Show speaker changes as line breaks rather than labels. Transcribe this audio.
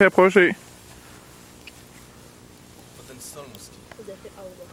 her, prøv at se.
Og den står måske.
Ude af det aura.